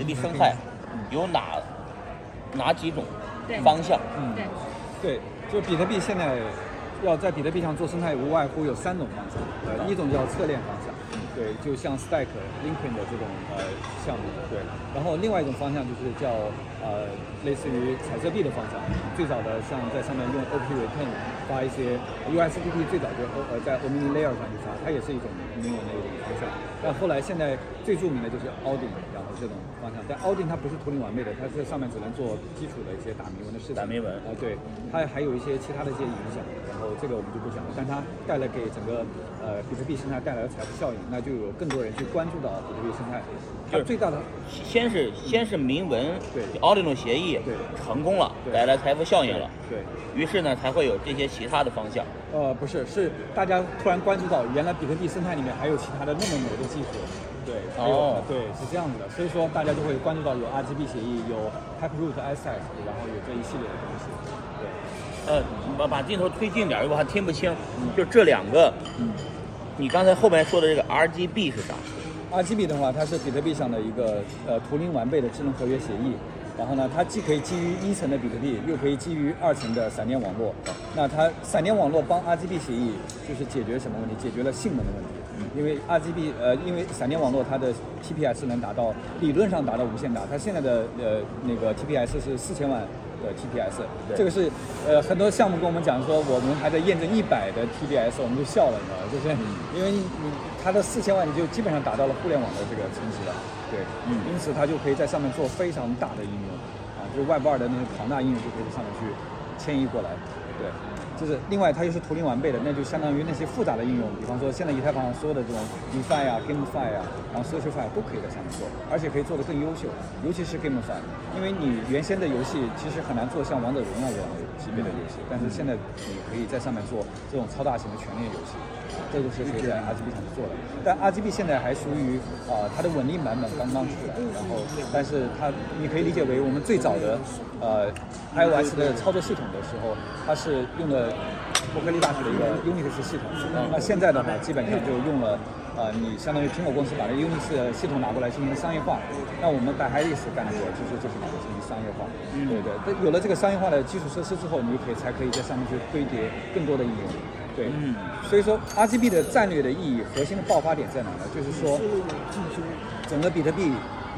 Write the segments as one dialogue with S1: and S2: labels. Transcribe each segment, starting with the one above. S1: 你的生态有哪哪几种
S2: 对
S1: 方向？
S3: 嗯，
S2: 对，
S3: 对，就比特币现在要在比特币上做生态，无外乎有三种方向，呃，
S1: 嗯
S3: 一种叫侧链方向，对，就像 Stack、Linkin 的这种呃项目，对，然后另外一种方向就是叫呃类似于彩色币的方向，最早的像在上面用 OP Return 发一些 USDT，最早就呃在 Omni Layer 上去发，它也是一种民营的一种方向，但后来现在最著名的就是 Audin，然后这种方向，但 Audin 它不是图灵完备的，它是上面只能做基础的一些打铭文的事情，
S1: 打铭文
S3: 啊，对，它还有一些其他的一些影响，然后这个我们就不讲了。但它带来给整个呃比特币生态带来的财富效应，那就有更多人去关注到比特币生态。
S1: 就
S3: 它
S1: 是
S3: 最大的
S1: 先是先是明文
S3: 对
S1: 奥利诺协议
S3: 对
S1: 成功了，
S3: 对
S1: 带来财富效应了，
S3: 对，
S1: 于是呢才会有这些其他的方向。
S3: 呃，不是，是大家突然关注到，原来比特币生态里面还有其他的那么牛的技术。对，还有、
S1: 哦
S3: 对，是这样子的，所以说大家就会关注到有 RGB 协议，有 Taproot SS，然后有这一系列的东西。对，
S1: 呃，把把镜头推近点儿，我还听不清。就这两个，
S3: 嗯。
S1: 你刚才后面说的这个 RGB 是啥？
S3: RGB 的话，它是比特币上的一个呃图灵完备的智能合约协议。然后呢，它既可以基于一层的比特币，又可以基于二层的闪电网络。那它闪电网络帮 RGB 协议就是解决什么问题？解决了性能的问题。因为 RGB 呃，因为闪电网络它的 TPS 能达到理论上达到无限大，它现在的呃那个 TPS 是四千万的 TPS，
S1: 对
S3: 这个是呃很多项目跟我们讲说，我们还在验证一百的 TPS，我们就笑了，你知道吗？就是
S1: 嗯
S3: 因为你你它的四千万，你就基本上达到了互联网的这个层级了，对，
S1: 嗯
S3: 因此它就可以在上面做非常大的应用，啊，就是 Web 二的那些庞大应用就可以在上面去迁移过来，对。就是另外，它又是图灵完备的，那就相当于那些复杂的应用，比方说现在以太坊上所有的这种 DeFi 啊、GameFi 啊，然后 SocialFi 都可以在上面做，而且可以做得更优秀，尤其是 GameFi，因为你原先的游戏其实很难做像王者荣耀这样的级别的游戏，但是现在你可以在上面做这种超大型的全面游戏，这个是可以在 RGB 上做的。但 RGB 现在还属于啊、呃它的稳定版本刚刚出来，然后但是它你可以理解为我们最早的呃 iOS 的操作系统的时候，它是用的伯克利大学的一个 Unix 系统。那现在的话，基本上就用了呃，你相当于苹果公司把这 Unix 的系统拿过来进行商业化。那我们在 Iris 干的活就是就是把它进行商业化。对对，但有了这个商业化的基础设施之后，你可以才可以在上面去堆叠更多的应用。对，
S1: 嗯
S3: 所以说 RGB 的战略的意义，核心的爆发点在哪呢？就是说，整个比特币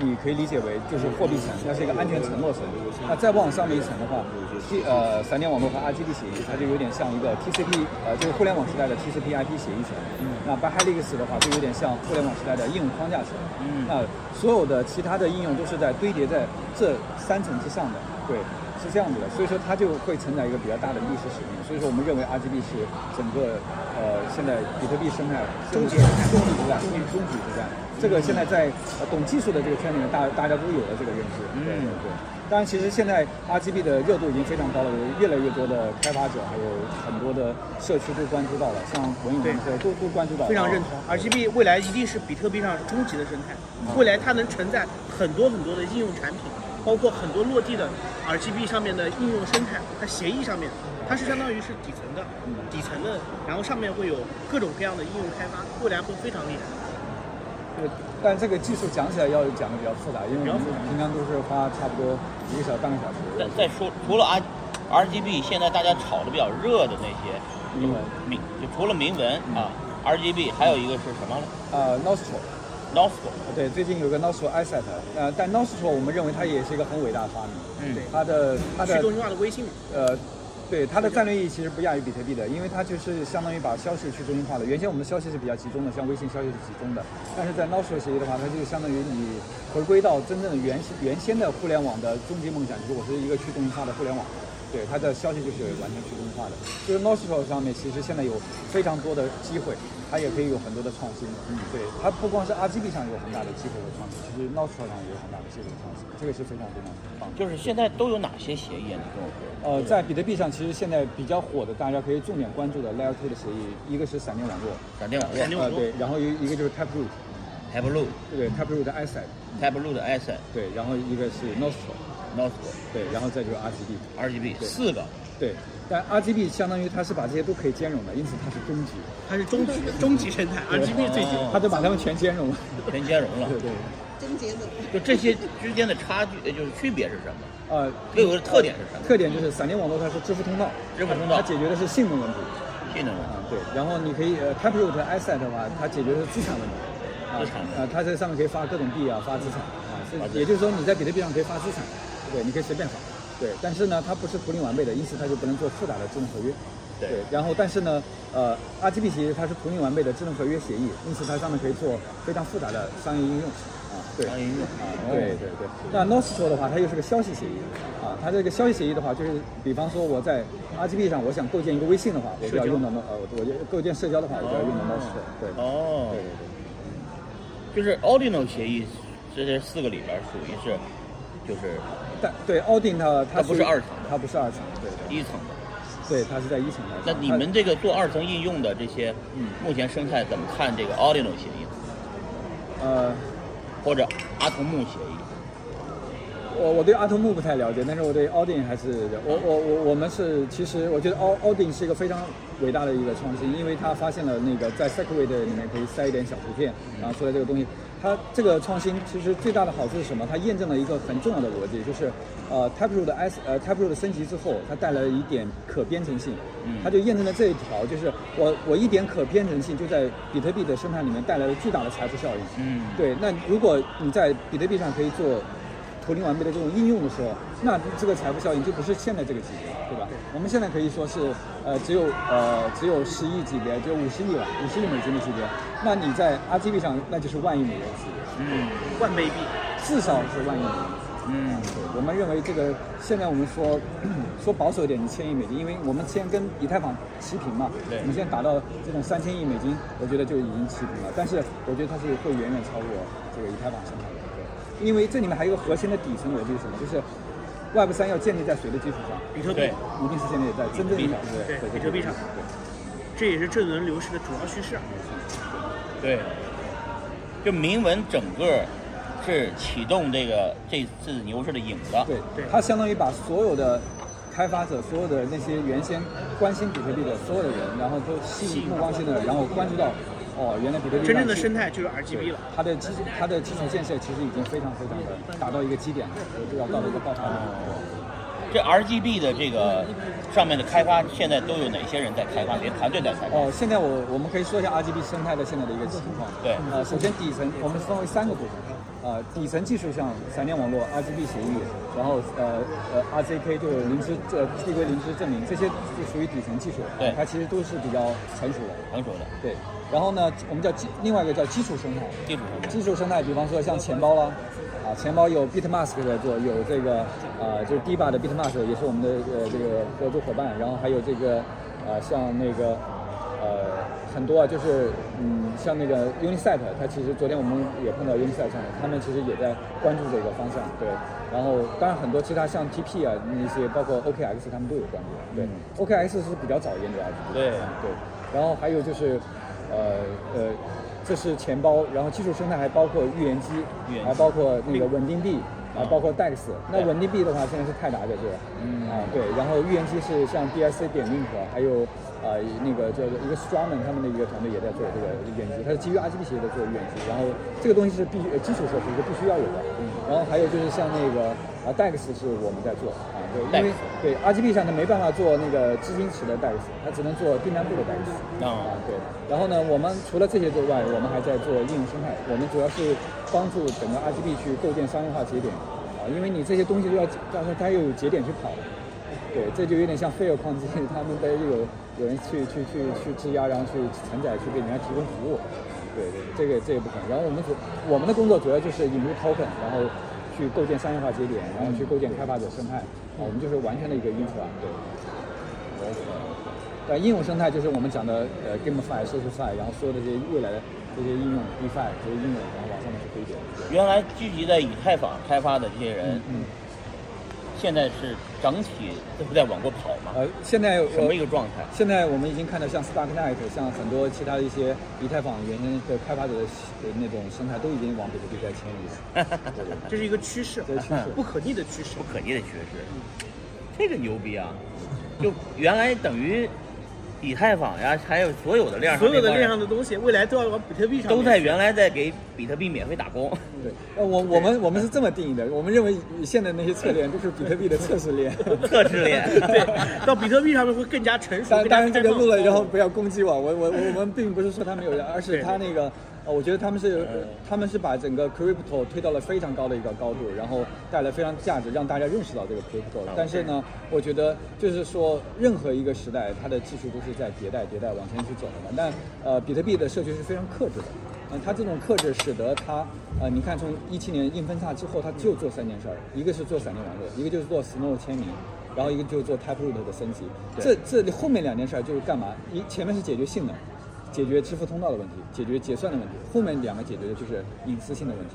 S3: 你可以理解为就是货币层，它是一个安全承诺层。那再往上面一层的话，T 呃闪电网络和 RGB 协议，它就有点像一个 TCP 呃就是互联网时代的 TCP/IP 协议层。那 b y h e l i x 的话，就有点像互联网时代的应用框架层。
S1: 嗯
S3: 那所有的其他的应用都是在堆叠在这三层之上的。对。是这样子的，所以说它就会承载一个比较大的历史使命。所以说我们认为 RGB 是整个呃现在比特币生态终结终极之战，终极之战。这个现在在呃懂技术的这个圈里面，大大家都有了这个认知。
S1: 嗯
S3: 对对对。当然，其实现在 RGB 的热度已经非常高了，有越来越多的开发者，还有很多的社区都关注到了，像文友
S4: 对
S3: 这些都都关注到了。
S4: 非常认同。RGB 未来一定是比特币上终极的生态，
S3: 嗯
S4: 未来它能承载很多很多的应用产品，包括很多落地的 RGB 上面的应用生态，它协议上面，它是相当于是底层的
S3: 嗯，
S4: 底层的，然后上面会有各种各样的应用开发，未来会非常厉害。
S3: 对，呃但这个技术讲起来要讲的比较复杂，因为我们平常都是花差不多一个小时半个小时。
S1: 再再说，除了啊 R RGB，现在大家炒的比较热的那些
S3: 英文
S1: 明，就除了明文啊，RGB 还有一个是什么来
S3: 呃 n o s t r o
S1: n o s c o
S3: 对，最近有个 Nostro iSet，呃，但 Nostro 我们认为它也是一个很伟大的发明。
S1: 嗯
S4: 对
S3: 它的它
S4: 去
S3: 的
S4: 中心化的微信嘛，
S3: 呃，对它的战略意义其实不亚于比特币的，因为它就是相当于把消息去中心化了。原先我们的消息是比较集中的，像微信消息是集中的，但是在 Nostro 协议的话，它就相当于你回归到真正的原先原先的互联网的终极梦想，就是我是一个去中心化的互联网。对它的消息就是完全去中心化的，就是 Nostro 上面其实现在有非常多的机会，它也可以有很多的创新。嗯，对，它不光是 RGB 上有很大的机会和创新，其实 Nostro 上也有很大的机会和创新，这个是非常非常棒的。
S1: 就是现在都有哪些协议啊？你跟我说。
S3: 呃，在比特币上，其实现在比较火的，大家可以重点关注的 Layer 2的协议，一个是闪电网络，
S1: 闪电网络
S4: 闪电
S3: 呃
S4: 网络
S3: 对，然后一一个就是 Taproot，
S1: ，Tableau，Tableau
S3: 对 Taproot 的 Asset，
S1: 的 Asset
S3: 对，然后一个是 Nostro，
S1: n o s c
S3: 对，然后再就是 RGB，
S1: o RGB
S3: 对
S1: 四个，
S3: 对，但 RGB 相当于它是把这些都可以兼容的，因此它是终极，
S4: 它是终极终极生态，RGB 最
S1: 哦
S4: 终
S3: 它就把它们全兼容了。
S1: 全兼容了
S3: 对。对，
S2: 症结者。
S1: 就这些之间的差距，呃就是区别是什么？
S3: 呃，
S1: 各有的特点是什么？
S3: 特点就是闪电网络它是支付通道，
S1: 支付通道
S3: 它解决的是性能问题
S1: 性能问
S3: 啊
S1: 题，，
S3: 对。然后你可以呃 t a p r o o t asset 的话，它解决的是资产问题。啊
S1: 资产
S3: 啊，它在上面可以发各种币啊，发资产啊，
S1: 发
S3: 是
S1: 资
S3: 也就是说你在比特币上可以发资产，对，你可以随便发，对。但是呢，它不是图灵完备的，因此它就不能做复杂的智能合约。对
S1: 对，，
S3: 然后但是呢，呃，RTP 协议它是图灵完备的智能合约协议，因此它上面可以做非常复杂的商业应用啊，对。
S1: 商业应用
S3: 啊，对对对。那 NOS 说的话，它又是个消息协议啊，它这个消息协议的话，就是比方说我在 RGB 上，我想构建一个微信的话，我就要用到 NOS，呃，我就构建社交的话，我就要用到 NOS，对。
S1: 哦
S3: 对对，对，
S1: 就是 Audino 协议，这这四个里边儿属于是，就是
S3: 但对 Audin 它它
S1: 它不是二层的
S3: 它不是二层，对
S1: 一层的。
S3: 对，它是在一层的。
S1: 那你们这个做二层应用的这些，
S3: 嗯
S1: 嗯目前生态怎么看这个 Audino 协议，
S3: 它呃，
S1: 或者阿童木协议？
S3: 我我对阿童木不太了解，但是我对 Audin 还是了我我我我们是其实我觉得 Aud Audin 是一个非常伟大的一个创新，因为他发现了那个在 Segway 的里面可以塞一点小图片，然后出来这个东西。它这个创新其实最大的好处是什么？它验证了一个很重要的逻辑，就是呃 Taproot 的 S 呃 Taproot 的升级之后，它带来了一点可编程性，它就验证了这一条，就是我我一点可编程性就在比特币的生态里面带来了巨大的财富效应。
S1: 嗯
S3: 对，那如果你在比特币上可以做图灵完备的这种应用的时候，那这个财富效应就不是现在这个级别，对吧？我们现在可以说是，呃，只有呃只有十亿级别，只有五十亿吧，五十亿美金的级别。那你在 RGB 上，那就是万亿美元级别，
S1: 嗯
S4: 万倍币，
S3: 至少是万亿美元。
S1: 嗯，
S3: 对，我们认为这个现在我们说 说保守一点，你千亿美金，因为我们先跟以太坊齐平嘛，
S1: 对
S3: 我们现在达到这种三千亿美金，我觉得就已经齐平了。但是我觉得它是会远远超过这个以太坊生态的，对，因为这里面还有一个核心的底层逻辑是什么？就是 Web 三要建立在谁的基础上？
S4: 比特币
S1: 对，
S3: 一定是建立在真正意义上的
S4: 对
S3: 对
S4: 比特币上
S3: 对。
S4: 这也是这轮牛市的主要趋势啊。
S1: 对，就铭文整个是启动这个这次牛市的引子。
S3: 对，
S4: 对
S3: 它相当于把所有的开发者、所有的那些原先关心比特币的所有的人，然后都吸引目光性的，然后关注到，哦，原来比特币
S4: 真正的
S3: 上
S4: 生态就是
S3: 对
S4: RGB 了。
S3: 它的基它的基础建设其实已经非常非常的达到一个基点了，就要到了一个爆发点。
S1: 这 RGB 的这个上面的开发，现在都有哪些人在开发？哪些团队在开发？
S3: 哦，现在我我们可以说一下 RGB 生态的现在的一个情况。
S1: 对
S3: 呃，首先底层我们分为三个部分，呃，底层技术像闪电网络、RGB 协议，然后呃呃 RZK 就是零知呃递归零知证明，这些就属于底层技术，
S1: 对
S3: 它其实都是比较成熟的，
S1: 成熟的
S3: 对。然后呢，我们叫基另外一个叫基础生态，
S1: 技术上面。
S3: 技术生态，比方说像钱包啦，啊，钱包有 Bitmask 在做，有这个呃，就是 DBA 的 Bitmask 也是我们的呃这个合作伙伴，然后还有这个呃像那个呃很多啊，就是嗯像那个 Unisat，它其实昨天我们也碰到 Unisat 上面，他们其实也在关注这个方向，对。然后当然很多其他像 TP 啊那些，包括 OKX 他们都有关注，对、OKX 是比较早研究的 RGB 的
S1: 对
S3: 对，然后还有就是，呃呃，这是钱包，然后技术生态还包括预言机，
S1: 预言机
S3: 还包括那个稳定币，还
S1: 啊
S3: 包括 DEX。那
S1: 对
S3: 稳定币的话，现在是泰达在做，
S1: 嗯
S3: 啊对，然后预言机是像 BSC 点 link，还有呃那个叫做一个 Strumman 他们的一个团队也在做这个预言机，它是基于 RGB 协议在做预言机，然后这个东西是必呃基础设施是必须要有的，
S1: 嗯
S3: 然后还有就是像那个啊 DEX 是我们在做啊，对，因为
S1: DEX
S3: 对 RGB 上它没办法做那个资金池的 DEX，它只能做订单部的 DEX。
S1: 啊，，
S3: 啊对。然后呢，我们除了这些之外，我们还在做应用生态。我们主要是帮助整个 RGB 去构建商业化节点啊，因为你这些东西都要，但是它又有节点去跑。对，这就有点像菲尔矿机，他们的有有人去去去去质押，然后去承载，去给人家提供服务。对对，这个这也不可能。然后我们主我们的工作主要就是引入 token，然后去构建商业化节点，然后去构建开发者生态。啊，我们就是完全的一个 infra。对。对，呃应用生态就是我们讲的呃 GameFi、SocialFi，然后所有的这些未来的这些应用 DeFi 这些应用，然后往上面去推荐。
S1: 原来聚集在以太坊开发的这些人，
S3: 嗯，
S1: 现在是整体都在往过跑嘛？
S4: 哦
S3: 呃，现在
S1: 什么
S3: 我
S1: 一个状态？
S3: 现在我们已经看到像 StarkNet，像很多其他的一些以太坊原先的开发者的呃那种生态都已经往比特币在迁移了。对对，
S4: 这是一个趋势，
S3: 这是趋势
S4: 不可逆的趋势
S1: 不。可逆的趋势，这个牛逼啊！就原来等于以太坊呀，还有所有的链上
S4: 所有的
S1: 那块儿
S4: 链上的东西，未来都要往比特币上面
S1: 都在
S4: 去
S1: 原来在给比特币免费打 工。
S3: 对，呃，我我们我们是这么定义的，我们认为现在那些侧链都是比特币的测试链。
S1: 特制链，
S4: 对，到比特币上面会更加成熟。
S3: 当
S4: 更加
S3: 当然这个
S4: 开放
S3: 录了，然后不要攻击我，我我我们并不是说他没有人，而是他那个，呃，我觉得他们是他们是把整个 crypto 推到了非常高的一个高度，然后带来非常价值，让大家认识到这个 crypto
S1: 好。
S3: 但是呢，我觉得就是说，任何一个时代，它的技术都是在迭代迭代往前去走的嘛。但呃，比特币的社区是非常克制的。嗯，它这种克制使得它，呃，你看从一七年硬分叉之后，它就做三件事儿，一个是做闪电网络，一个就是做 Snow 签名，然后一个就是做 Taproot 的升级。这
S1: 对
S3: 这后面两件事儿就是干嘛？一前面是解决性能，解决支付通道的问题，解决结算的问题，后面两个解决的就是隐私性的问题，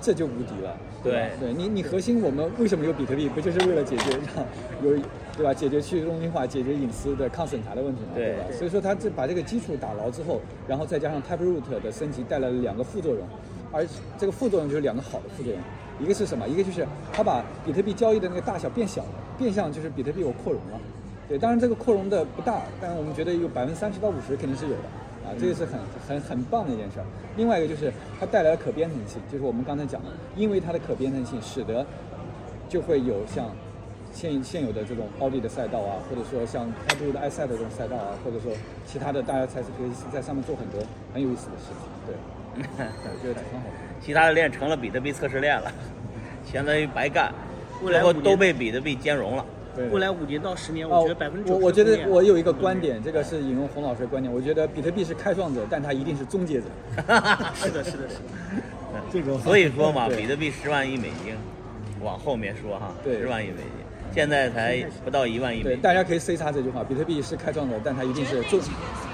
S3: 这就无敌了。吧对你你核心我们为什么有比特币？不就是为了解决让有对吧？解决去中心化、解决隐私的抗审查的问题嘛，
S1: 对
S3: 吧？
S1: 对
S3: 所以说它这把这个基础打牢之后，然后再加上 Taproot 的升级带来了两个副作用，而这个副作用就是两个好的副作用，一个是什么？一个就是它把比特币交易的那个大小变小了，变相就是比特币我扩容了。对，当然这个扩容的不大，但是我们觉得有百分之三十到五十肯定是有的。啊，这个是很很很棒的一件事儿。另外一个就是它带来了可编程性，就是我们刚才讲的，因为它的可编程性，使得就会有像现现有的这种奥利的赛道啊，或者说像开布鲁的埃塞的这种赛道啊，或者说其他的，大家才是可以在上面做很多很有意思的事情。对，我觉得挺好的。
S1: 其他的链成了比特币测试链了，相当于白干，
S4: 未
S1: 最
S4: 来
S1: 后
S4: 五
S1: 都
S4: 年，
S1: 被比特币兼容了。
S3: 对
S4: 未来五年到十年，
S3: 哦
S4: 我觉得百分之
S3: 我我觉得我有一个观点，这个是引用洪老师的观点，我觉得比特币是开创者，但它一定是终结者。
S4: 嗯是的，是的，是的。
S3: 嗯这个
S1: 所以说 嘛，
S3: 对
S1: 比特币十万亿美金，往后面说哈，
S3: 对
S1: 十万亿美金，现在才不到一万亿美
S3: 对，
S1: 金。
S3: 大家可以 C 叉这句话，比特币是开创者，但它一定是终，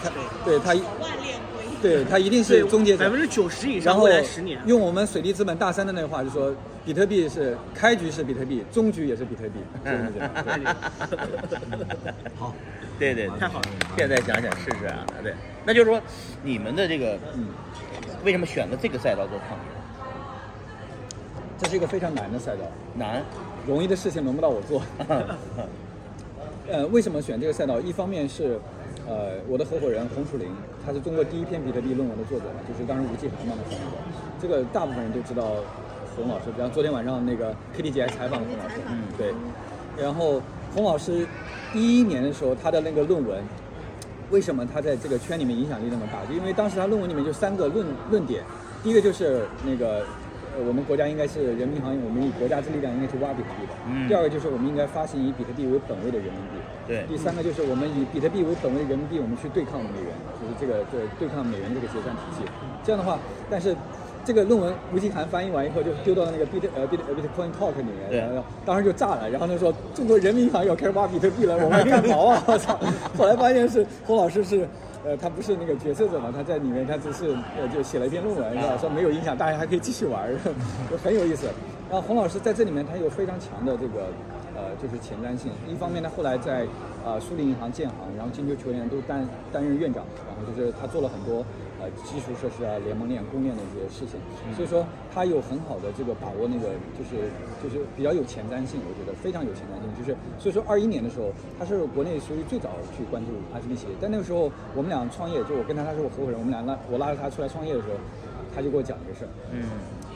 S3: 它对它一，对它一定是终结
S4: 百
S3: 者
S4: 分。之九十以
S3: 然
S4: 上，
S3: 后
S4: 未来十年，
S3: 用我们水利资本大三的那话就说，比特币是开局是比特币，终局也是比特币， 就是这样。对
S2: 好，
S1: 对对对，
S4: 太好了。
S1: 现在想想试试啊，对，那就是说你们的这个
S3: 嗯，
S1: 为什么选择这个赛道做创业？
S3: 这是一个非常难的赛道，
S1: 难，
S3: 容易的事情轮不到我做。呃，为什么选这个赛道？一方面是，呃，我的合伙人洪楚林，他是中国第一篇比特币论文的作者嘛，就是当时吴继航帮他翻译的。这个大部分人都知道洪老师，然后昨天晚上那个 K D 姐还采访了洪老师，嗯，对。然后洪老师一一年的时候，他的那个论文为什么他在这个圈里面影响力那么大？就因为当时他论文里面就三个论论点，第一个就是那个，呃，我们国家应该是人民行业，我们以国家之力量应该去挖比特币的。
S1: 嗯
S3: 第二个就是我们应该发行以比特币为本位的人民币。
S1: 对
S3: 第三个就是我们以比特币为本位人民币，我们去对抗美元，就是这个对对抗美元这个结算体系。这样的话，但是这个论文吴继涵翻译完以后就丢到那个 Bit 呃 Bit 呃 Bitcoin Talk 里面，
S1: 对
S3: 然后当时就炸了，然后他说中国人民银行要开始挖比特币了，我们干毛啊！我操！ 后来发现是洪老师是。呃，他不是那个决策者嘛，他在里面他只是呃就写了一篇论文，是吧？说没有影响，大家还可以继续玩儿， 就很有意思。然后洪老师在这里面他有非常强的这个呃，就是前瞻性。一方面，他后来在呃苏宁银行建行，然后金球球员都担担任院长，然后就是他做了很多呃基础设施啊、联盟链、公链的一些事情，所以说他有很好的这个把握那个就是就是比较有前瞻性，我觉得非常有前瞻性。就是所以说二一年的时候，他是国内属于最早去关注 RTB 企业，但那个时候我们俩创业，就我跟他他是我合伙人，我们俩拉我拉着他出来创业的时候，他就给我讲这个事儿，
S1: 嗯，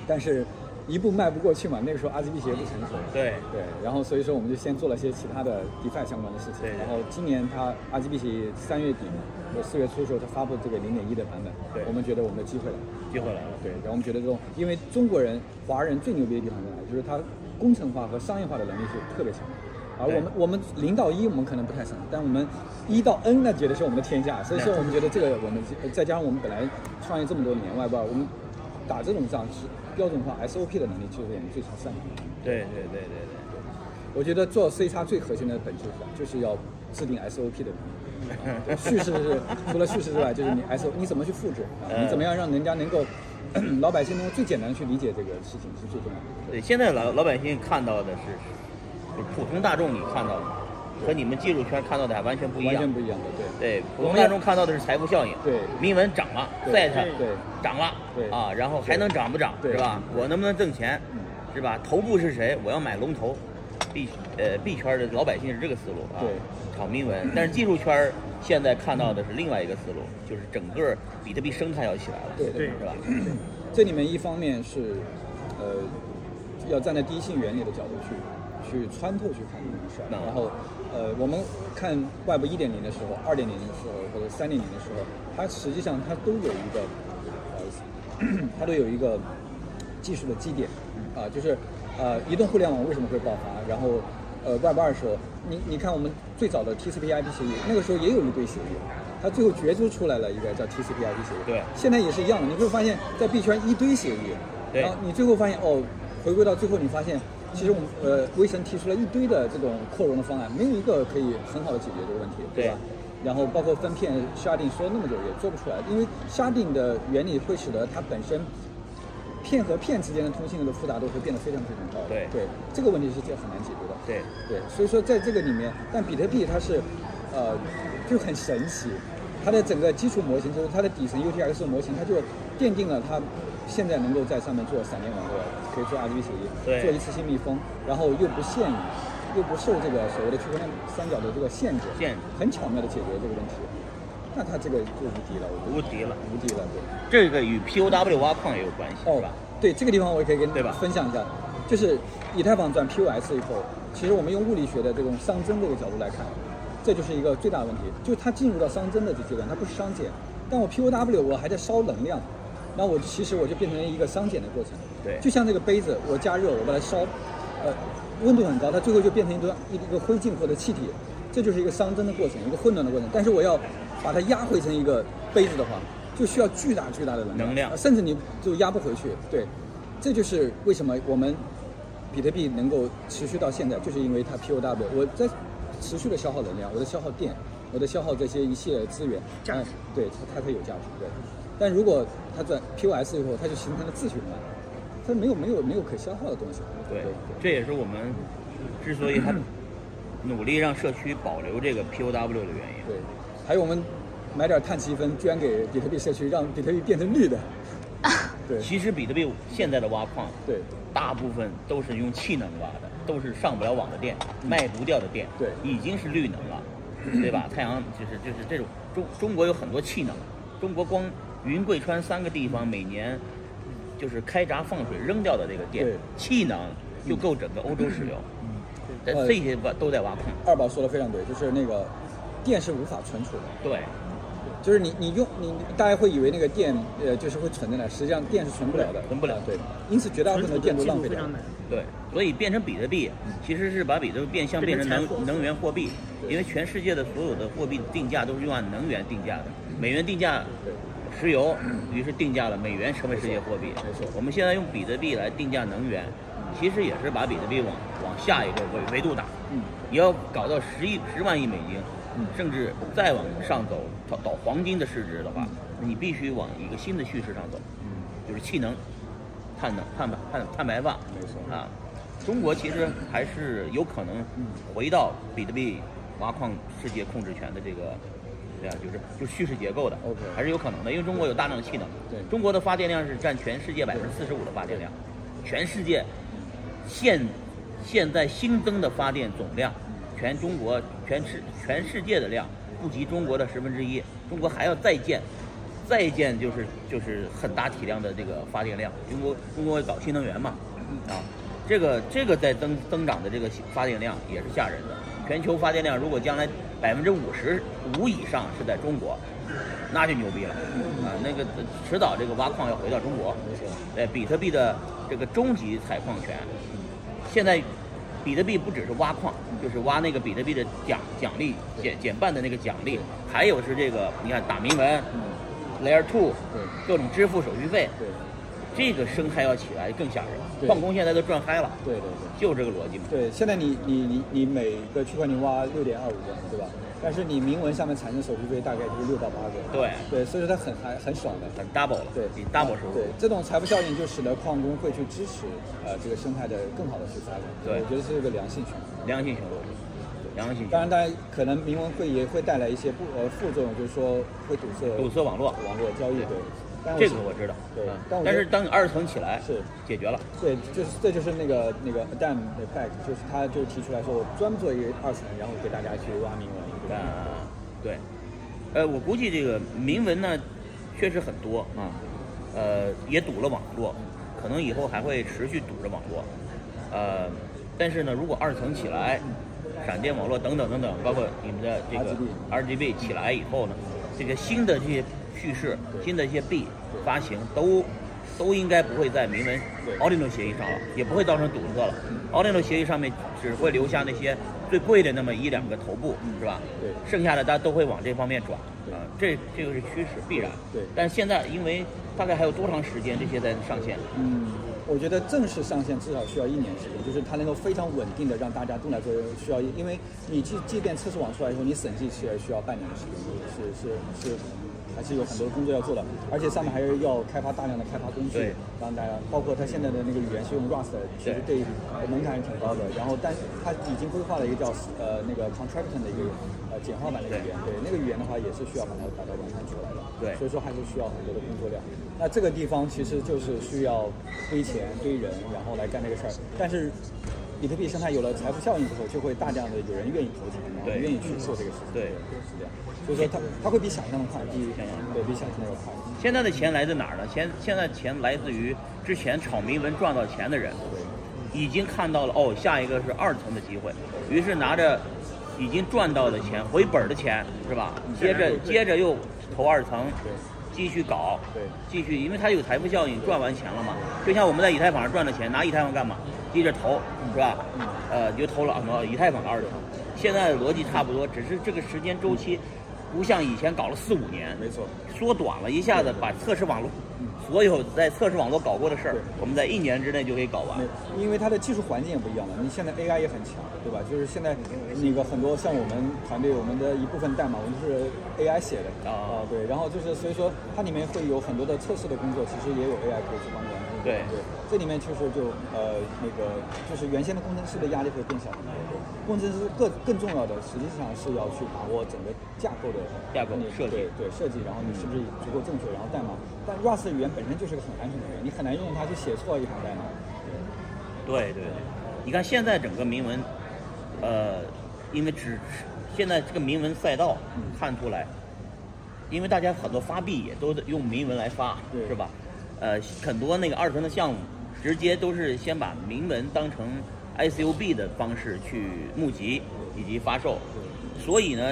S3: 但是一步迈不过去嘛，那个时候 RTB 企业不成熟。
S1: 对，
S3: 对，然后所以说我们就先做了些其他的 DeFi 相关的事情。
S1: 对对
S3: 然后今年它 RGBC 三月底嘛，我四月初的时候它发布这个零点一的版本，
S1: 对
S3: 我们觉得我们的机会来了。
S1: 机会来了。
S3: 对，然后我们觉得这种，因为中国人、华人最牛逼的地方在哪里？就是他工程化和商业化的能力是特别强的。而我们我们零到一我们可能不太擅长，但我们一到 N 那绝对是我们的天下。所以说我们觉得这个我们呃再加上我们本来创业这么多年外边，我们打这种仗是标准化 SOP 的能力就是我们最常擅长的。
S1: 对对对对对，
S3: 我觉得做 C 叉最核心的本质是，就是要制定 SOP 的能力。对叙事是除了叙事之外， 就是你 S O 你怎么去复制啊？
S1: 嗯
S3: 你怎么样让人家能够老百姓能够最简单的去理解这个事情是最重要的。
S1: 对，现在老老百姓看到的是，就普通大众你看到的，和你们技术圈看到的还完全不一
S3: 完全
S1: 样。
S3: 不一样的，对
S1: 对，普通大众看到的是财富效应，
S3: 对
S1: 明文涨了
S3: 对
S1: ，set
S3: 对
S1: 涨了，
S3: 对
S1: 啊，然后还能涨不涨，
S3: 对
S1: 是吧？我能不能挣钱
S3: 嗯，
S1: 是吧？头部是谁？我要买龙头，币呃币圈的老百姓是这个思路啊，
S3: 对
S1: 炒明文，但是技术圈儿现在看到的是另外一个思路，就是整个比特币生态要起来了，
S3: 对
S4: 对
S1: 是吧？
S3: 这里面一方面是，呃，要站在第一性原理的角度去去穿透去看这件事儿
S1: 嗯，
S3: 然后，呃，我们看 Web 一点零的时候、二点零的时候或者三点零的时候，它实际上它都有一个，呃，它都有一个技术的基点，啊、就是呃，移动互联网为什么会爆发？然后呃，Web 二时候，你你看我们最早的 TCP/IP 协议，那个时候也有一堆协议，它最后角逐出来了一个叫 TCP/IP 协议。
S1: 对
S3: 现在也是一样的，你会发现在币圈一堆协议，
S1: 对
S3: 然后你最后发现哦，回归到最后你发现。其实我们呃，微神提出了一堆的这种扩容的方案，没有一个可以很好的解决这个问题，对吧？
S1: 对
S3: 然后包括分片 sharding 说了那么久也做不出来，因为 sharding 的原理会使得它本身片和片之间的通信的复杂度会变得非常非常高。
S1: 对
S3: 对，这个问题是这很难解决的。
S1: 对，
S3: 对，所以说在这个里面，但比特币它是，呃，就很神奇，它的整个基础模型就是它的底层 UTXO 模型，它就奠定了它现在能够在上面做闪电网络，可以做 RGB 协议，
S1: 对
S3: 做一次性密封，然后又不限于，又不受这个所谓的区块链三角的这个限制，
S1: 限制
S3: 很巧妙的解决了这个问题，那它这个就无敌了，我觉得
S1: 无敌了。
S3: 无敌了，对。
S1: 这个与 POW 挖矿也有关系，
S3: 哦
S1: 是吧？，
S3: 对，这个地方我也可以跟
S1: 对吧
S3: 分享一下，就是以太坊转 POS 以后，其实我们用物理学的这种熵增这个角度来看，这就是一个最大的问题，就是它进入到熵增的这阶段，它不是熵减，但我 POW 我还在烧能量，那我其实我就变成了一个熵减的过程。
S1: 对
S3: 就像这个杯子，我加热，我把它烧，呃，温度很高，它最后就变成一段一一个灰烬或者气体，这就是一个熵增的过程，一个混沌的过程。但是我要把它压回成一个杯子的话，就需要巨大巨大的能量，
S1: 能量
S3: 呃甚至你就压不回去。对，这就是为什么我们比特币能够持续到现在，就是因为它 POW，我在持续的消耗能量，我在消耗电，我在消耗这些一系列的资源，
S4: 价值
S3: 哎对它它才有价值，对。但如果它转 POS 以后，它就形成了自循环，它没有没有没有可消耗的东西。
S1: 对
S3: 对，
S1: 这也是我们之所以还努力让社区保留这个 POW 的原因。
S3: 对，还有我们买点碳积分捐给比特币社区，让比特币变成 绿的。对
S1: 其实比特币现在的挖矿，
S3: 对
S1: 大部分都是用气能挖的，都是上不了网的电，卖不掉的电，
S3: 嗯对
S1: 已经是绿能 了，对吧？太阳就是就是这种中中国有很多气能，中国光云贵川三个地方每年就是开闸放水扔掉的这个电
S3: 对
S1: 气能就够整个欧洲使用，但
S3: 呃
S1: 这些挖都在挖矿，
S3: 二宝说的非常对，就是那个电是无法存储的，
S1: 对
S3: 就是你你用你大家会以为那个电呃就是会存在那，实际上电是存不了的，
S1: 存不了
S3: 啊对，因此绝大部
S4: 存
S3: 分
S4: 储的
S3: 的电都
S4: 技
S3: 浪
S4: 术
S3: 费
S4: 非
S3: 掉了
S4: 常。难。
S1: 对，所以变成比特币
S3: 嗯
S1: 其实是把比特币变相变
S4: 变
S1: 成
S4: 成财
S1: 能
S4: 货
S1: 能源货币，
S3: 对
S1: 因为全世界的所有的货币定价都是用按能源定价的，
S3: 嗯
S1: 美元定价
S3: 对
S1: 石油，于是定价了美元成为世界货币。
S3: 没错
S1: 我们现在用比特币来定价能源，其实也是把比特币往往下一个维维度打。
S3: 嗯，
S1: 你要搞到十亿、十万亿美金
S3: 嗯，
S1: 甚至再往上走，到到黄金的市值的话，你必须往一个新的叙事上走，
S3: 嗯
S1: 就是气能、碳能、碳排碳碳排放。
S3: 没错
S1: 啊，中国其实还是有可能
S3: 嗯
S1: 回到比特币挖矿世界控制权的这个。对啊，就是就叙事结构的
S3: OK
S1: 还是有可能的，因为中国有大量的气能。
S3: 对
S1: 中国的发电量是占全世界百分之四十五的发电量，全世界现现在新增的发电总量，全中国全世全世界的量不及中国的十分之一，中国还要再建，再建就是就是很大体量的这个发电量。中国中国搞新能源嘛，啊，这个这个在增增长的这个发电量也是吓人的。全球发电量如果将来百分之五十五以上是在中国，那就牛逼了啊！那个迟早这个挖矿要回到中国。
S3: 没错，
S1: 呃，比特币的这个终极采矿权。现在，比特币不只是挖矿，就是挖那个比特币的奖奖励减减半的那个奖励，还有是这个你看打铭文、
S3: 嗯，
S1: Layer Two，
S3: 对
S1: 各种支付手续费，
S3: 对
S1: 这个生态要起来更吓人。
S3: 对
S1: 矿工现在都赚嗨了，
S3: 对对对。
S1: 就这个逻辑嘛。
S3: 对，现在你你你你每个区块你挖六点二五个，对吧？但是你明文上面产生手续费大概就是六到八个，
S1: 对，
S3: 对，所以说它很还很爽的。
S1: 很 double 了，
S3: 对
S1: 你 double 收入
S3: 对。，这种财富效应就使得矿工会去支持呃这个生态的更好的去发展。
S1: 对
S3: 我觉得是一个良性循环。
S1: 良性循环，良性循
S3: 当
S1: 环，
S3: 然，大家可能明文会也会带来一些不呃副作用，就是说会堵塞
S1: 堵塞网络，
S3: 网络交易。对，但
S1: 这个我知道。
S3: 对
S1: 嗯
S3: 但我
S1: 但
S3: 觉得
S1: 是当你二层起来，
S3: 是
S1: 解决了。
S3: 对，就是这就是那个那个 Adam effect，就是他就提出来说，我专门做一个二层，然后给大家去挖明文，对
S1: 呃
S3: 吧？
S1: 但对，呃，我估计这个铭文呢，确实很多啊，呃，也堵了网络，可能以后还会持续堵着网络，呃，但是呢，如果二层起来，闪电网络等等等等，包括你们的这个 RGB 起来以后呢，这个新的这些叙事、新的一些币发行都都应该不会在明文 Audino 协议上了，也不会造成堵塞了。Audino 协议上面只会留下那些最贵的那么一两个头部，是吧？
S3: 嗯对
S1: 剩下的大家都会往这方面转啊、这这个是趋势必然。
S3: 对对
S1: 但是现在因为大概还有多长时间这些才能上线？
S3: 嗯，我觉得正式上线至少需要一年时间，就是它能够非常稳定的让大家都来做，需要一，因为你即即便测试网出来以后，你审计其实需要半年的时间，是是是，还是有很多工作要做的，而且上面还是要开发大量的开发工具
S1: 对，
S3: 让大家，包括它现在的那个语言是用 Rust，其实对门槛还是挺高的，然后但是它已经规划了一个叫呃那个 Contractant 的一个呃简化版的语言，对那个语言的话也是需要把它把它完善出来的，
S1: 对
S3: 所以说还是需要很多的工作量。那这个地方其实就是需要堆钱、堆人，然后来干这个事儿。但是，比特币生态有了财富效应之后，就会大量的有人愿意投钱，然后
S1: 对
S3: 愿意去做这个事情。
S1: 对
S3: 是这样。所以说它它会比想象的快，比
S1: 想象的快
S3: 对比想象的要快。
S1: 现在的钱来自哪儿呢？现现在钱来自于之前炒铭文赚到钱的人，已经看到了哦，下一个是二层的机会，于是拿着已经赚到的钱回本儿的钱是吧？
S3: 嗯
S1: 接着接着又投二层，继续搞，
S3: 对
S1: 继续，因为它有财富效应，赚完钱了嘛。就像我们在以太坊上赚了钱，拿以太坊干嘛？接着投
S3: 嗯
S1: 是吧？呃，你就投了很多以太坊的二层。现在的逻辑差不多，只是这个时间周期不像以前搞了四五年，
S3: 嗯没错。嗯
S1: 缩短了，一下子把测试网络所有在测试网络搞过的事儿
S3: 对，
S1: 我们在一年之内就可以搞完。
S3: 那因为它的技术环境也不一样了，你现在 AI 也很强，对吧？就是现在
S1: 嗯
S3: 那个很多像我们团队，我们的一部分代码我们就是 AI 写的
S1: 啊
S3: 对，然后就是所以说它里面会有很多的测试的工作，其实也有 AI 可以去帮你完成。
S1: 对
S3: 对，这里面其实就呃那个就是原先的工程师的压力会更小很多，工程师更更重要的实际上是要去把握整个架构的
S1: 架构
S3: 那个
S1: 设计
S3: 对对设计，然后你是不是足够正确，然后代码。但 Rust 语言本身就是个很安全的语言，你很难用它去写错一行代码。
S1: 对对对，你看现在整个铭文，呃，因为只现在这个铭文赛道看出来，因为大家很多发币也都用铭文来发，
S3: 对
S1: 是吧？呃，很多那个二层的项目直接都是先把铭文当成 ICUB 的方式去募集以及发售，所以呢，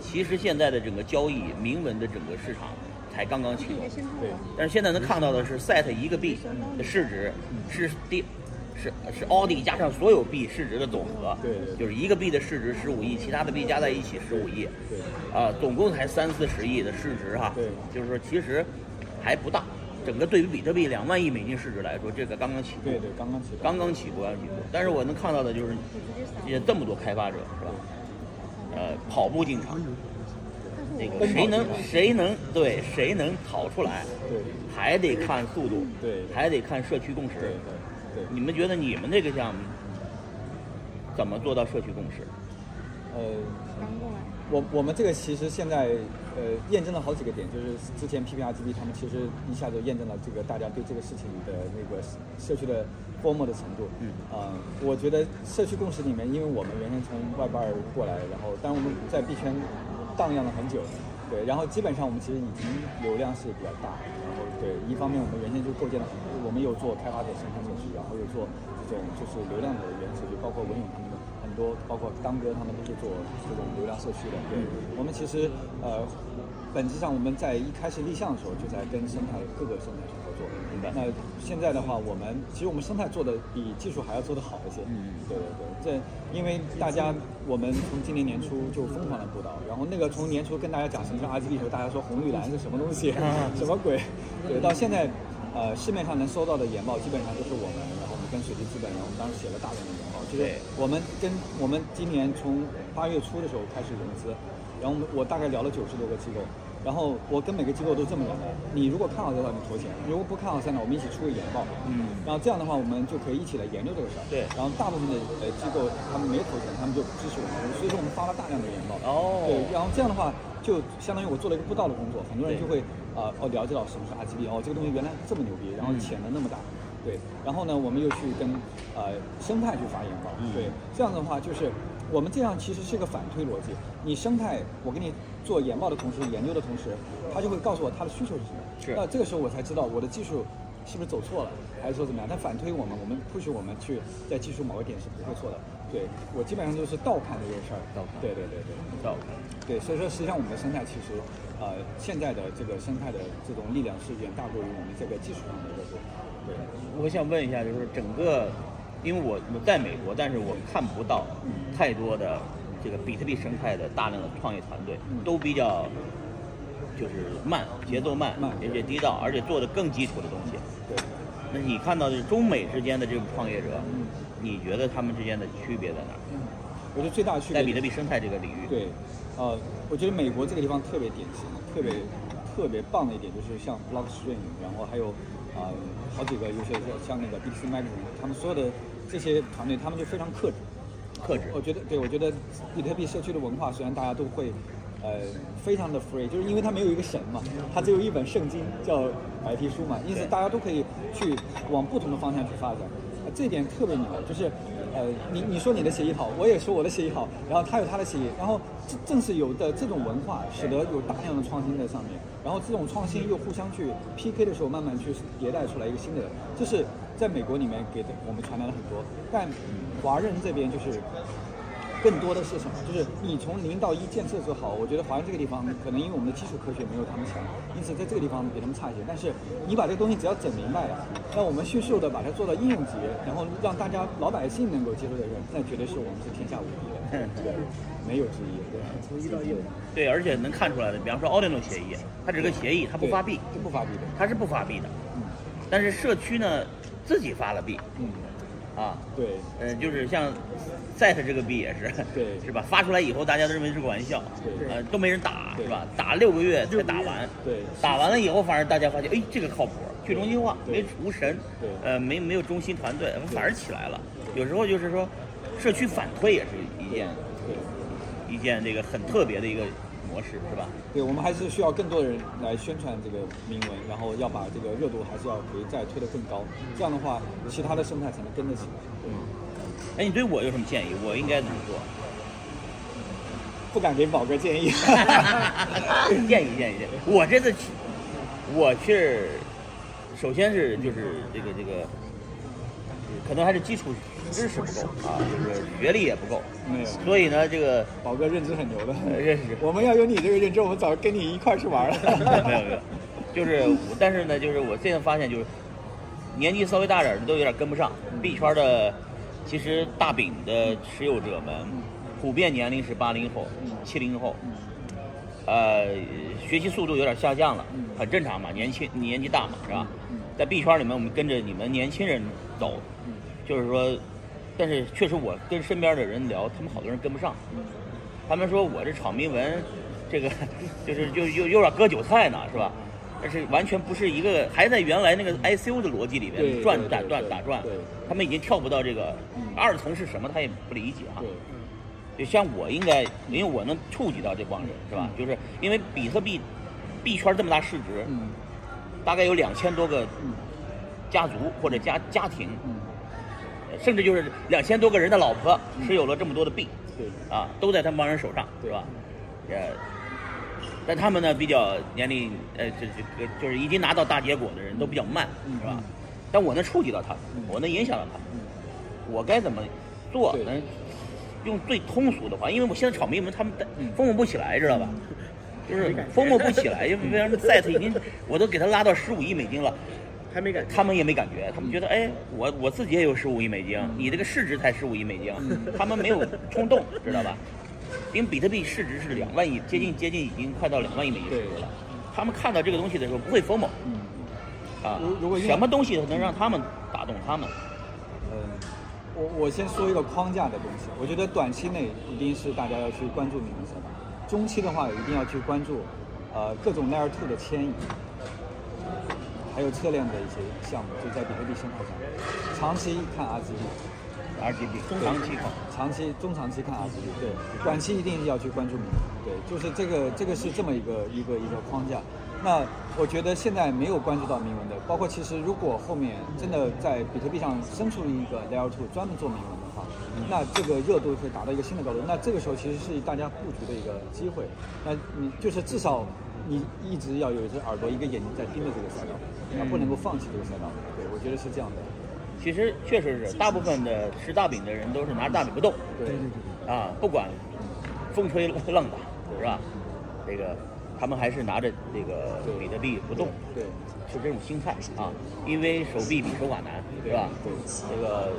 S1: 其实现在的整个交易铭文的整个市场才刚刚启动。
S3: 对。
S1: 但是现在能看到的是 SET 一个币的市值是第是是奥迪加上所有币市值的总和，
S3: 对对对
S1: 就是一个币的市值十五亿，其他的币加在一起十五亿，
S3: 对
S1: 啊、总共才三四十亿的市值哈，
S3: 对
S1: 就是说其实还不大，整个对于比特币两万亿美金市值来说，这个刚刚起步
S3: 对，对，刚刚起步。
S1: 刚刚起步，刚刚起步，但是我能看到的就是也这么多开发者是吧？呃，跑步进场，那个谁能谁能对谁能跑出来？
S3: 对
S1: 还得看速度，
S3: 对
S1: 还得看社区共
S3: 对
S1: 识。
S3: 对对，
S1: 你们觉得你们这个项目怎么做到社区共识？
S3: 呃，我我们这个其实现在呃验证了好几个点，就是之前 PPRGB 他们其实一下子验证了这个大家对这个事情的那个社区的包膜的程度。
S1: 嗯
S3: 呃，我觉得社区共识里面，因为我们原先从外边儿过来，然后但我们在币圈荡漾了很久，对，然后基本上我们其实已经流量是比较大，然后对，一方面我们原先就构建了很多，我们有做开发者身份证据，然后有做这种就是流量的原始就包括文勇他们的很多，包括当哥他们都是做这种流量社区的，
S1: 嗯
S3: 对，我们其实呃。本质上，我们在一开始立项的时候，就在跟生态各个生态去合作。
S1: 明白
S3: 那现在的话，我们其实我们生态做的比技术还要做得好一些。
S1: 嗯
S3: 对对对，这因为大家我们从今年年初就疯狂的布导，然后那个从年初跟大家讲什么是 RGB 的时候，大家说红绿蓝是什么 东西，
S1: 啊
S3: 什么鬼？对，到现在，呃，市面上能收到的研报基本上就是我们，然后我们跟水滴资本，然后我们当时写了大量的研报，就是
S1: 对
S3: 我们跟我们今年从八月初的时候开始融资，然后我们我大概聊了九十多个机构，然后我跟每个机构都这么聊的：你如果看好这块，你投钱；如果不看好赛道，我们一起出个研报。
S1: 嗯
S3: 然后这样的话，我们就可以一起来研究这个事儿。
S1: 对
S3: 然后大部分的呃机构他们没投钱，他们就不支持我们，所以说我们发了大量的研报。
S1: 哦
S3: 对，然后这样的话，就相当于我做了一个布道的工作，很多人
S1: 对
S3: 就会啊、哦了解到什么是 RGB，哦这个东西原来这么牛逼，然后
S1: 嗯
S3: 潜能那么大。对，然后呢，我们又去跟呃生态去发言报，
S1: 嗯
S3: 对，这样的话就是我们这样其实是一个反推逻辑。你生态，我给你做研报的同时、研究的同时，他就会告诉我他的需求是什么。
S1: 是
S3: 那这个时候我才知道我的技术是不是走错了，还是说怎么样？他反推我们，我们 push 我们去在技术某个点是不会错的。对我基本上都是倒看这件事儿。
S1: 倒看
S3: 对对对对。
S1: 到
S3: 对，所以说实际上我们的生态其实，呃，现在的这个生态的这种力量是远大过于我们这个技术上的热度。对，
S1: 我想问一下，就是整个，因为我我在美国，但是我看不到
S3: 嗯
S1: 太多的这个比特币生态的大量的创业团队，
S3: 嗯
S1: 都比较就是慢，节奏慢
S3: 慢，
S1: 而且低调，而且做的更基础的东西。
S3: 对，
S1: 那你看到的是中美之间的这种创业者，
S3: 嗯
S1: 你觉得他们之间的区别在哪儿？
S3: 我觉得最大的区别
S1: 在
S3: 就
S1: 比
S3: 是
S1: 特币生态这个领域，
S3: 对，呃，我觉得美国这个地方特别典型，特别特别棒的一点就是像 Blockstream，然后还有啊、呃好几个有些像那个 BTC Magazine，他们所有的这些团队，他们就非常克制。
S1: 克制
S3: 我觉得，对我觉得比特币社区的文化虽然大家都会。呃，非常的 free，就是因为它没有一个神嘛，它只有一本圣经叫白皮书嘛，因此
S1: 对
S3: 大家都可以去往不同的方向去发展，呃、这点特别牛。就是，呃，你你说你的协议好，我也说我的协议好，然后他有他的协议，然后正正是有的这种文化，使得有大量的创新在上面，然后这种创新又互相去 PK 的时候，慢慢去迭代出来一个新的，这是在美国里面给的我们传达了很多，但华人这边就是更多的是什么？就是你从零到一建设做好。我觉得华人这个地方，可能因为我们的基础科学没有他们强，因此在这个地方比他们差一些。但是你把这个东西只要整明白了，让我们迅速的把它做到应用级，然后让大家老百姓能够接受的人，那绝对是我们是天下无敌的，对，没有之一。对，
S2: 从一到一，
S1: 对，而且能看出来的，比方说 Ordinal 协议，它只是个协议，它不发币，
S3: 对，就不发币的。
S1: 它是不发币的，
S3: 嗯
S1: 但是社区呢自己发了币，
S3: 嗯，
S1: 啊，
S3: 对
S1: 呃，就是像 Set 这个币也是，
S3: 对
S1: 是吧？发出来以后，大家都认为是个玩笑，
S3: 对
S1: 呃，都没人打，
S3: 对
S1: 是吧？打六个月才打
S4: 六个
S1: 完
S4: 月，
S3: 对
S1: 打完了以后，反而大家发现，哎，这个靠谱，去中心化，
S3: 对
S1: 没无神，
S3: 对
S1: 呃，没没有中心团队，
S3: 对
S1: 反而起来了。有时候就是说，社区反馈也是一件
S3: 对
S1: 一件这个很特别的一个模式，是吧？
S3: 对，我们还是需要更多的人来宣传这个铭文，然后要把这个热度还是要可以再推得更高。这样的话，其他的生态才能跟得起来。对。
S1: 哎，你对我有什么建议？我应该怎么做？
S3: 不敢给宝哥建 议。
S1: 建议建议建议，我这次去，我是首先是就是这个这个，可能还是基础知识不够啊，就是学历也不够，
S3: 没有，
S1: 所以呢，这个
S3: 宝哥认知很牛的。
S1: 呃认识
S3: 我们要有你这个认知，我们早跟你一块儿去玩了。
S1: 没有没有， 就是我但是呢，就是我现在发现就是年纪稍微大点儿的都有点跟不上币圈的，其实大饼的持有者们普遍年龄是八零后、七零后，呃，学习速度有点下降了，很正常嘛，年轻你年纪大嘛，是吧？在币圈里面，我们跟着你们年轻人走，就是说，但是确实我跟身边的人聊，他们好多人跟不上，他们说我这炒铭文，这个 就是就又又要割韭菜呢，是吧？但是完全不是一个，还在原来那个 ICO 的逻辑里
S3: 对
S1: 面转
S3: 对
S1: 打
S3: 对
S1: 转
S3: 对
S1: 打转
S3: 对，
S1: 他们已经跳不到这个
S3: 嗯
S1: 二层是什么，他也不理解啊。
S3: 对，
S1: 就像我应该，因为我能触及到这帮人，是吧？就是因为比特币币圈这么大市值，
S3: 嗯
S1: 大概有两千多个
S3: 嗯
S1: 家族或者家家庭，
S3: 嗯，
S1: 甚至就是两千多个人的老婆持有了这么多的币，
S3: 对
S1: 啊，都在他们帮人手上，
S3: 对
S1: 是吧？呃，但他们呢比较年龄，呃，这这个就是已经拿到大结果的人都比较慢，
S3: 嗯
S1: 是吧
S3: 嗯？
S1: 但我能触及到他们
S3: 嗯，
S1: 我能影响到他
S3: 嗯
S1: 们，我该怎么做
S3: 对
S1: 能用最通俗的话？因为我现在炒迷们他们带
S3: 嗯
S1: 风魔不起来，知道吧？就是风魔不 起来，因为为什么 set 已经我都给他拉到十五亿美金了，
S4: 还没感觉。
S1: 他们也没感觉，他们觉得
S3: 嗯
S1: 哎，我我自己也有十五亿美金，你这个市值才十五亿美金，
S3: 嗯
S1: 他们没有冲动，知道吧？因为比特币市值是两万亿，接
S3: 嗯
S1: 近接近已经快到两万亿美金市值了。他们看到这个东西的时候不会 f o
S3: 嗯
S1: 啊
S3: 如如果，用
S1: 什么东西能让他们打动他们？
S3: 嗯，我我先说一个框架的东西，我觉得短期内一定是大家要去关注名字的，中期的话一定要去关注，呃，各种 layer two 的迁移。还有车辆的一些项目，就在比特币生态上。长期看 RGB，
S1: r g b
S3: 对
S1: 长期看，
S3: 长期、中长期看啊 RGB，对，短期一定要去关注名，对，就是这个，这个是这么一个一个一个框架。那我觉得现在没有关注到铭文的，包括其实如果后面真的在比特币上生出了一个 Layer Two 专门做铭文的话，那这个热度会达到一个新的高度。那这个时候其实是大家布局的一个机会。那你就是至少你一直要有一只耳朵一个眼睛在盯着这个赛道，那不能够放弃这个赛道。对，我觉得是这样的。
S1: 其实确实是，大部分的吃大饼的人都是拿着大饼不动，
S3: 对对
S1: 啊，不管风吹浪打，是吧？这个他们还是拿着这个
S3: 对
S1: 比特币不动，
S3: 对
S1: 是这种心态啊，因为手臂比手感难，是吧？
S3: 对
S1: 这个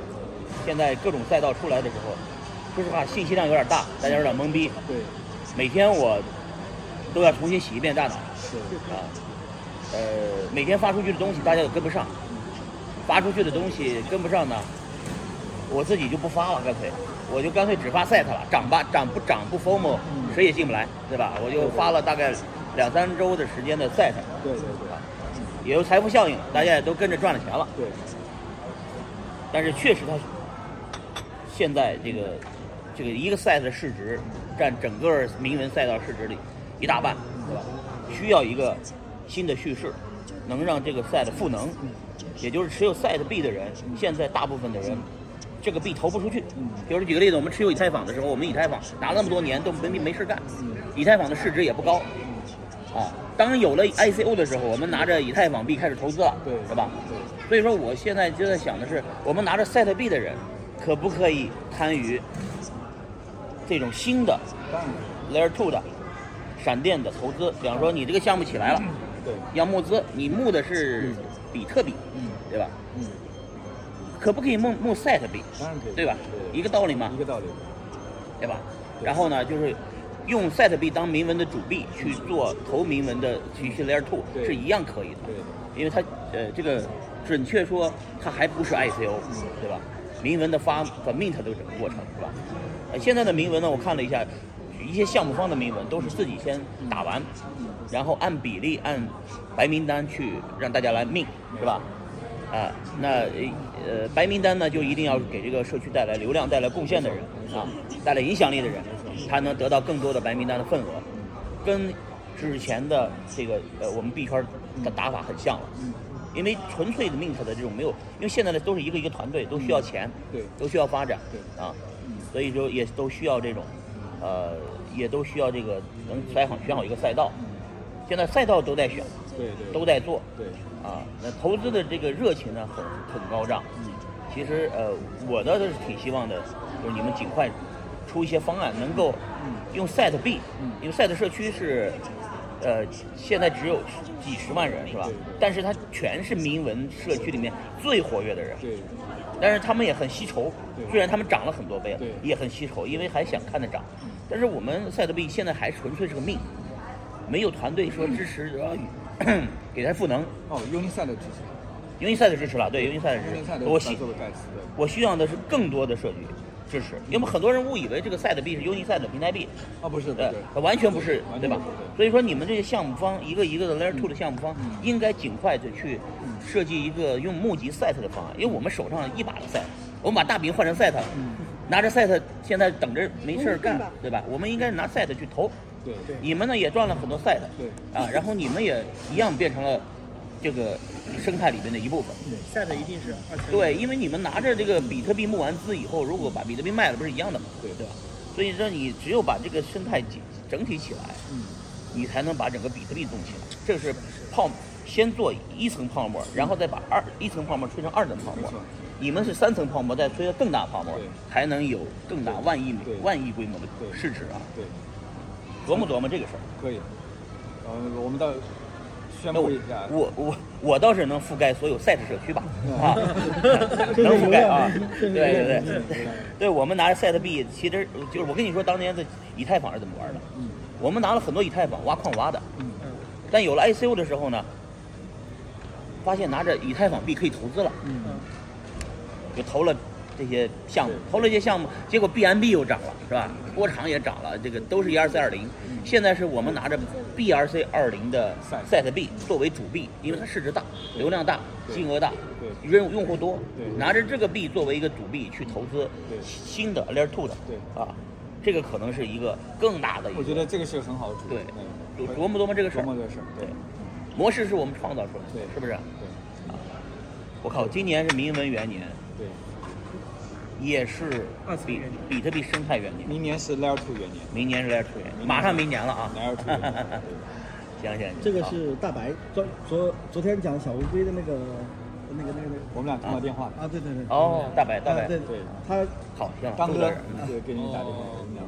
S1: 现在各种赛道出来的时候，说实话信息量有点大，大家有点懵逼，
S3: 对，
S1: 每天我都要重新洗一遍大脑。
S3: 是
S1: 啊，呃，每天发出去的东西大家也跟不上，发出去的东西跟不上呢，我自己就不发了，干脆，我就干脆只发 set 了，涨吧，涨不涨不 formal，
S3: 嗯
S1: 谁也进不来，对吧？我就发了大概两三周的时间的 set，
S3: 对对对
S1: 也有财富效应，大家也都跟着赚了钱了，
S3: 对，
S1: 但是确实它现在这个这个一个赛的市值占整个铭文赛道市值里一大半，对吧？需要一个新的叙事，能让这个赛的赋能，也就是持有赛的币的人，现在大部分的人。这个币投不出去，比如说举个例子，我们持有以太坊的时候，我们以太坊拿那么多年都没没事干，以太坊的市值也不高，啊，当有了 ICO 的时候，我们拿着以太坊币开始投资了，
S3: 对
S1: 是吧？所以说，我现在就在想的是，我们拿着赛特币的人，可不可以参与这种新的
S3: 当然
S1: Layer Two 的闪电的投资？比方说，你这个项目起来了，
S3: 对，
S1: 要募资，你募的是比特币，
S3: 嗯
S1: 对吧？
S3: 嗯，
S1: 可不可以募募赛特币？
S3: 当然可以，
S1: 对吧？一
S3: 一
S1: 个道理嘛。
S3: 一个道理，
S1: 对吧？
S3: 对
S1: 然后呢，就是用赛特币当铭文的主币去做投铭文的去去 Layer Two
S3: 对
S1: 是一样可以的，
S3: 对的
S1: 因为它呃这个准确说它还不是 ICO，对吧？铭文的发和 mint 的整个过程是吧？呃，现在的铭文呢，我看了一下，一些项目方的铭文都是自己先打完，然后按比例按白名单去让大家来命，是吧？啊，那呃白名单呢，就一定要给这个社区带来流量、带来贡献的人啊，带来影响力的人，才能得到更多的白名单的份额，跟之前的这个呃我们币圈的打法很像了。
S3: 嗯
S1: 因为纯粹的 mint 的这种没有，因为现在的都是一个一个团队，都需要钱，
S3: 嗯对
S1: 都需要发展，
S3: 对
S1: 啊，所以说也都需要这种，呃，也都需要这个能选好选好一个赛
S3: 嗯
S1: 道。现在赛道都在选，
S3: 对对
S1: 都在做，
S3: 对
S1: 啊，那投资的这个热情呢，很很高涨。
S3: 嗯
S1: 其实呃，我倒是挺希望的，就是你们尽快出一些方案，能够用 Set 币，
S3: 嗯
S1: 因为 Set 社区是呃现在只有几十万人是吧
S3: 对对？
S1: 但是它全是铭文社区里面最活跃的人，
S3: 对
S1: 但是他们也很吸筹
S3: 对，
S1: 虽然他们涨了很多倍啊
S3: 对，嗯
S1: 也很吸筹，因为还想看着涨。但是我们赛德币现在还纯粹是个命，没有团队说支持，然后 给他赋能，
S3: 哦，Unisat 的支持
S1: 因为赛的支持了，对，因为赛的支
S3: ，Unisat
S1: 持。
S3: 的
S1: 我希
S3: 做的盖茨，对。
S1: 我需要的是更多的社区支持，
S3: 嗯
S1: 因为很多人误以为这个赛德币是 Uni 赛的平台币，
S3: 啊，不是，不
S1: 呃
S3: 是，，
S1: 完全不是，
S3: 完全
S1: 对吧
S3: 不是？
S1: 所以说你们这些项目方一个一个的 Layer Two 的项目方
S3: 嗯，
S1: 应该尽快的去设计一个用募集 Set 的方案，因为我们手上一把的 Set，我们把大饼换成 Set 了，
S3: 嗯
S1: 拿着 Set 现在等着没事儿干，对吧？我们应该拿 Set 去投，
S3: 对对
S1: 你们呢也赚了很多 Set，
S3: 对
S1: 啊，然后你们也一样变成了这个生态里面的一部分。
S4: 赛的一定是二千。
S1: 对，因为你们拿着这个比特币募完资以后，如果把比特币卖了，不是一样的吗？
S3: 对
S1: 对吧？所以说你只有把这个生态整整体起来，
S3: 嗯，
S1: 你才能把整个比特币动起来。这是泡沫，先做一层泡沫，然后再把二一层泡沫吹成二层泡
S3: 没
S1: 沫
S3: 错。
S1: 你们是三层泡沫，再吹到更大泡沫
S3: 对，
S1: 才能有更大万亿
S3: 对
S1: 万亿规模的
S3: 对
S1: 市值啊！
S3: 对，
S1: 琢磨琢磨这个事儿。
S3: 可以。呃，我们到宣
S1: 那
S3: 布
S1: 我
S3: 一下，
S1: 我我我倒是能覆盖所有赛事社区吧，
S3: 嗯
S1: 啊，
S2: 这
S1: 能
S2: 个
S1: 覆
S2: 流
S1: 盖
S2: 量
S1: 啊，对
S2: 这个
S1: 对
S2: 流
S1: 对
S2: 量，
S1: 对我们拿着赛特币，其实呃就是我跟你说，当年的以太坊是怎么玩的，
S3: 嗯
S1: 我们拿了很多以太坊挖矿挖的，但有了 ICO 的时候呢，发现拿着以太坊币可以投资了，
S3: 嗯
S1: 就投了这些项目，投了一些项目，结果 BNB 又涨了，是吧？
S3: 嗯
S1: 波长也涨了，这个都是 ERC 二零。现在是我们拿着 BRC 二零的
S3: Set
S1: Set 币作为主币，因为它市值大、流量大、
S3: 嗯对
S1: 金额大，
S3: 对
S1: 用用户多
S3: 对，
S1: 拿着这个币作为一个主币去投资
S3: 对
S1: 新的 Layer Two 的，
S3: 对
S1: 啊，这个可能是一个更大的一个。
S3: 我觉得这个是很好的主
S1: 对
S3: 意。嗯
S1: 琢磨琢磨这个事
S3: 琢
S1: 儿
S3: 磨。这个事儿，对
S1: 对，模式是我们创造出来的，
S3: 对
S1: 是不是？
S3: 对
S1: 我靠，今年是明文元年，
S3: 对，
S1: 也是
S4: 二次
S1: 比
S4: 元年
S1: 比特币生态元年，
S3: 明年是 Layer Two 元年
S1: 明年是 Layer Two 元
S3: 明年
S1: 年，马上明年了啊
S3: ，Layer Two 元年，对
S1: 行行，
S2: 这个
S1: 好
S2: 是大白，昨昨昨天讲小乌龟的那个那个那个那个
S3: 我们俩通了电话了，
S2: 啊，对对对。
S1: 哦，大白大
S2: 啊
S1: 白
S2: 对，对
S3: 对，
S2: 他
S1: 好，行了，
S3: 刚
S1: 都
S3: 哥
S1: 到这儿
S3: 对给你打电话，我们俩